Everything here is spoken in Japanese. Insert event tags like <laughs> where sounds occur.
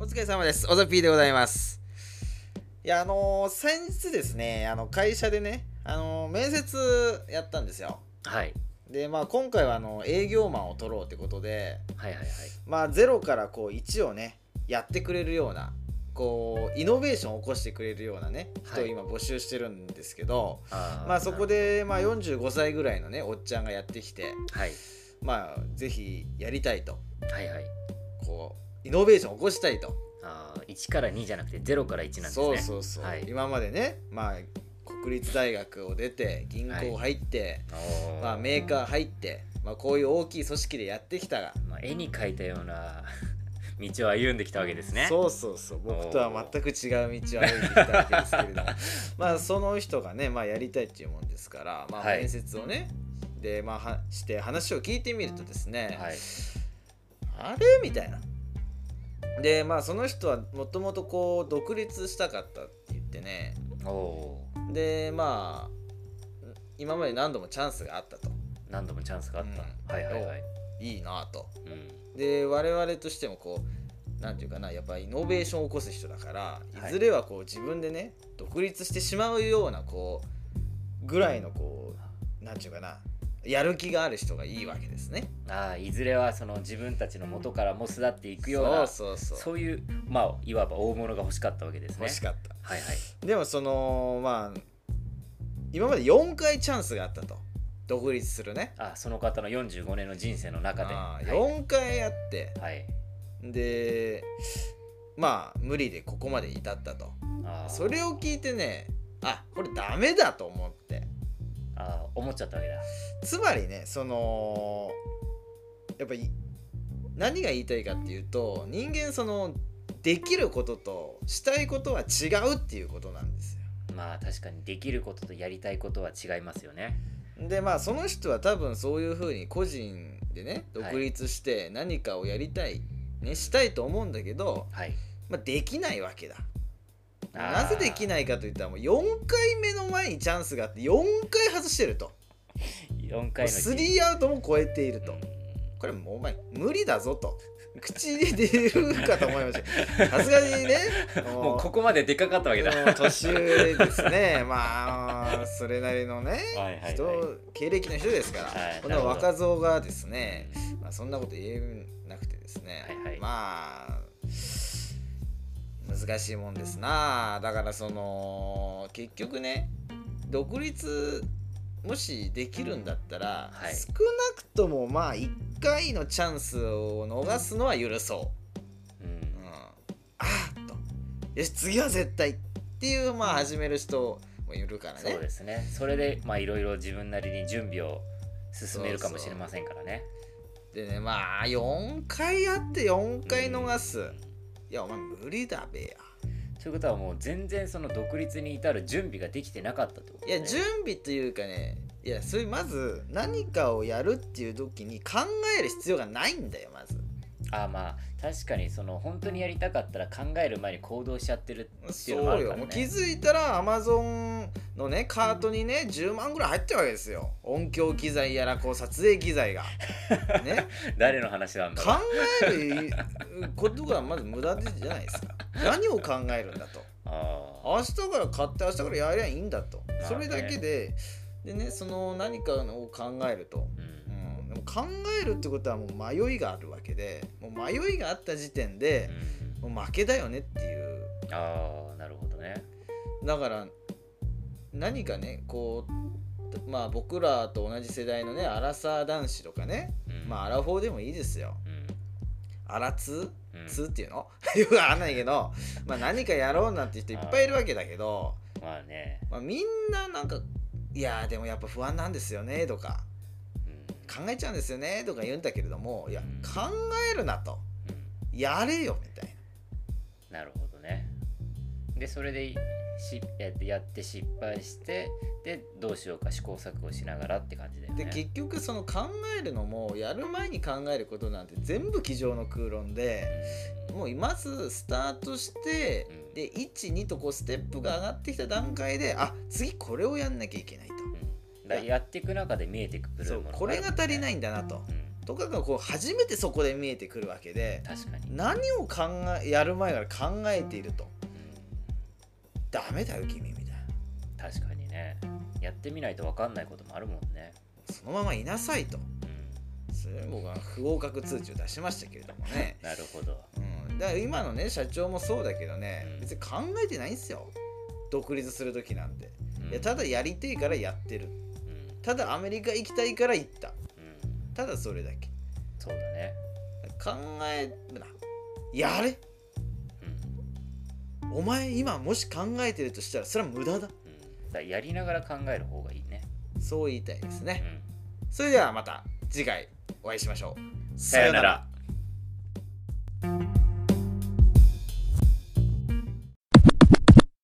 お疲れ様です。おざぴーでございます。いや、あのー先日ですね、あの会社でね、あのー面接やったんですよ。はい、で、まあ、今回はあの営業マンを取ろうってことで、はいはいはいまあ、0からこう1をね、やってくれるような、こう、イノベーションを起こしてくれるようなね、人はをい今募集してるんですけど、あーまあ、そこで、まあ、45歳ぐらいのね、おっちゃんがやってきて、はいまあ、ぜひやりたいと、はいはいこう、イノベーションを起こしたいと。あー1から2じゃなくて0から1なんですねそうそうそう、はい今までねまあ国立大学を出て銀行入って、おーまあ、メーカー入って、まあ、こういう大きい組織でやってきたが、まあ、絵に描いたような <laughs> 道を歩んできたわけですねそうそうそうおー僕とは全く違う道を歩いてきたわけですけれど <laughs> もまあその人がね、まあ、やりたいっていうもんですから、まあ、はい面接をね、でまあはして話を聞いてみるとですね、はいあれみたいな。でまあその人はもともとこう独立したかったって言ってねおおーでまあ今まで何度もチャンスがあったと何度もチャンスがあった、うんはいはいはい、いいなとうん、で我々としてもこう何て言うかなやっぱりイノベーションを起こす人だからはいいずれはこう自分でね独立してしまうようなこうぐらいのこう何て言うかなやる気がある人がいいわけですね。あーいずれはその自分たちの元からも巣立っていくようそうなそうそうそういうまあいわば大物が欲しかったわけですね欲しかった。はいはいでもそのまあ今まで4回チャンスがあったと独立するね。あその方の45年の人生の中であはいー4回あってはいでまあ無理でここまで至ったとあーそれを聞いてねあこれダメだと思ってあー思っちゃったわけだつまりねそのやっぱり何が言いたいかっていうと人間そのできることとしたいことは違うっていうことなんですまあ確かにできることとやりたいことは違いますよね。よでまあその人は多分そういうふうに個人でねはい独立して何かをやりたい、ね、したいと思うんだけど、はい。まあ、できないわけだあーなぜできないかといったらもう4回目の前にチャンスがあって4回外してると4回のスリーアウトも超えていると、うんこれもうお前無理だぞと口で出るかと思いま <laughs> したさすがにねもうここまででかかったわけだ。もう年上ですねまあそれなりのねはいはいはい人経歴の人ですから、はいこんな若造がですね、うまあ、そんなこと言えなくてですね、はいはいまあ難しいもんですなだからその結局ね独立もしできるんだったら、はい少なくともまあ1回のチャンスを逃すのは許そんう、うん、ああとよし次は絶対っていうまあ始める人もいるからねそうですね。それでまあいろいろ自分なりに準備を進めるかもしれませんからね。でねまあ4回あって4回逃す、うんいやお前無理だべやということはもう全然その独立に至る準備ができてなかったってこといや準備というかねいやそれまず何かをやるっていう時に考える必要がないんだよまずあーまあ確かにその本当にやりたかったら考える前に行動しちゃってるっていうのもあそうるよからね。もう気づいたらアマゾンのねカートにね10万ぐらい入ってるわけですよ音響機材やらこう撮影機 <laughs> 材がね誰の話なんだ考ろえることがまず無駄じゃないですか何を考えるんだとう。あ明日から買って明日からやりゃいいんだとほそどねれだけででねその何かを考えるとーうんうん、でも考えるってことはもう迷いがあるわけでもう迷いがあった時点でうんもう負けだよねっていうああなるほどねだから何かねこうまあ僕らと同じ世代のねアラサー男子とかねうんまあアラフォーでもいいですようんアラツうーんツーっていうの <laughs> よくわかんないけど、まあ、何かやろうなんて人いっぱいいるわけだけど、まあね、まあ、みんななんか「いやーでもやっぱ不安なんですよね」とかうん「考えちゃうんですよね」とか言うんだけれどもいやうん考えるなと。うんやれよみたいなるほどねでそれでしやってやって失敗してでどうしようか試行錯誤しながらって感じだよでね。結局その考えるのもやる前に考えることなんて全部机上の空論でうんもうまずスタートしてうんで12とこうステップが上がってきた段階であ次これをやんなきゃいけないとうんだからやっていく中で見えてくるそうもの、これが足りないいんだなとうん、とかがこう初めてそこで見えてくるわけで確かに、うん何を考えやる前から考えているとダメだよ君みたいな確かにねやってみないと分かんないこともあるもんね、そのままいなさいとうん、それ僕は不合格通知を出しましたけれどもねなるほどうん、だから今のね社長もそうだけどね、うん別に考えてないんですよ独立する時なんて、うんいやただやりてえからやってるうんうんただアメリカ行きたいから行ったただそれだけそうだね、考えるなやれうんお前今もし考えてるとしたらそれは無駄だうん、だからやりながら考える方がいいね、そう言いたいですうねんそれではまた次回お会いしましょうさよなら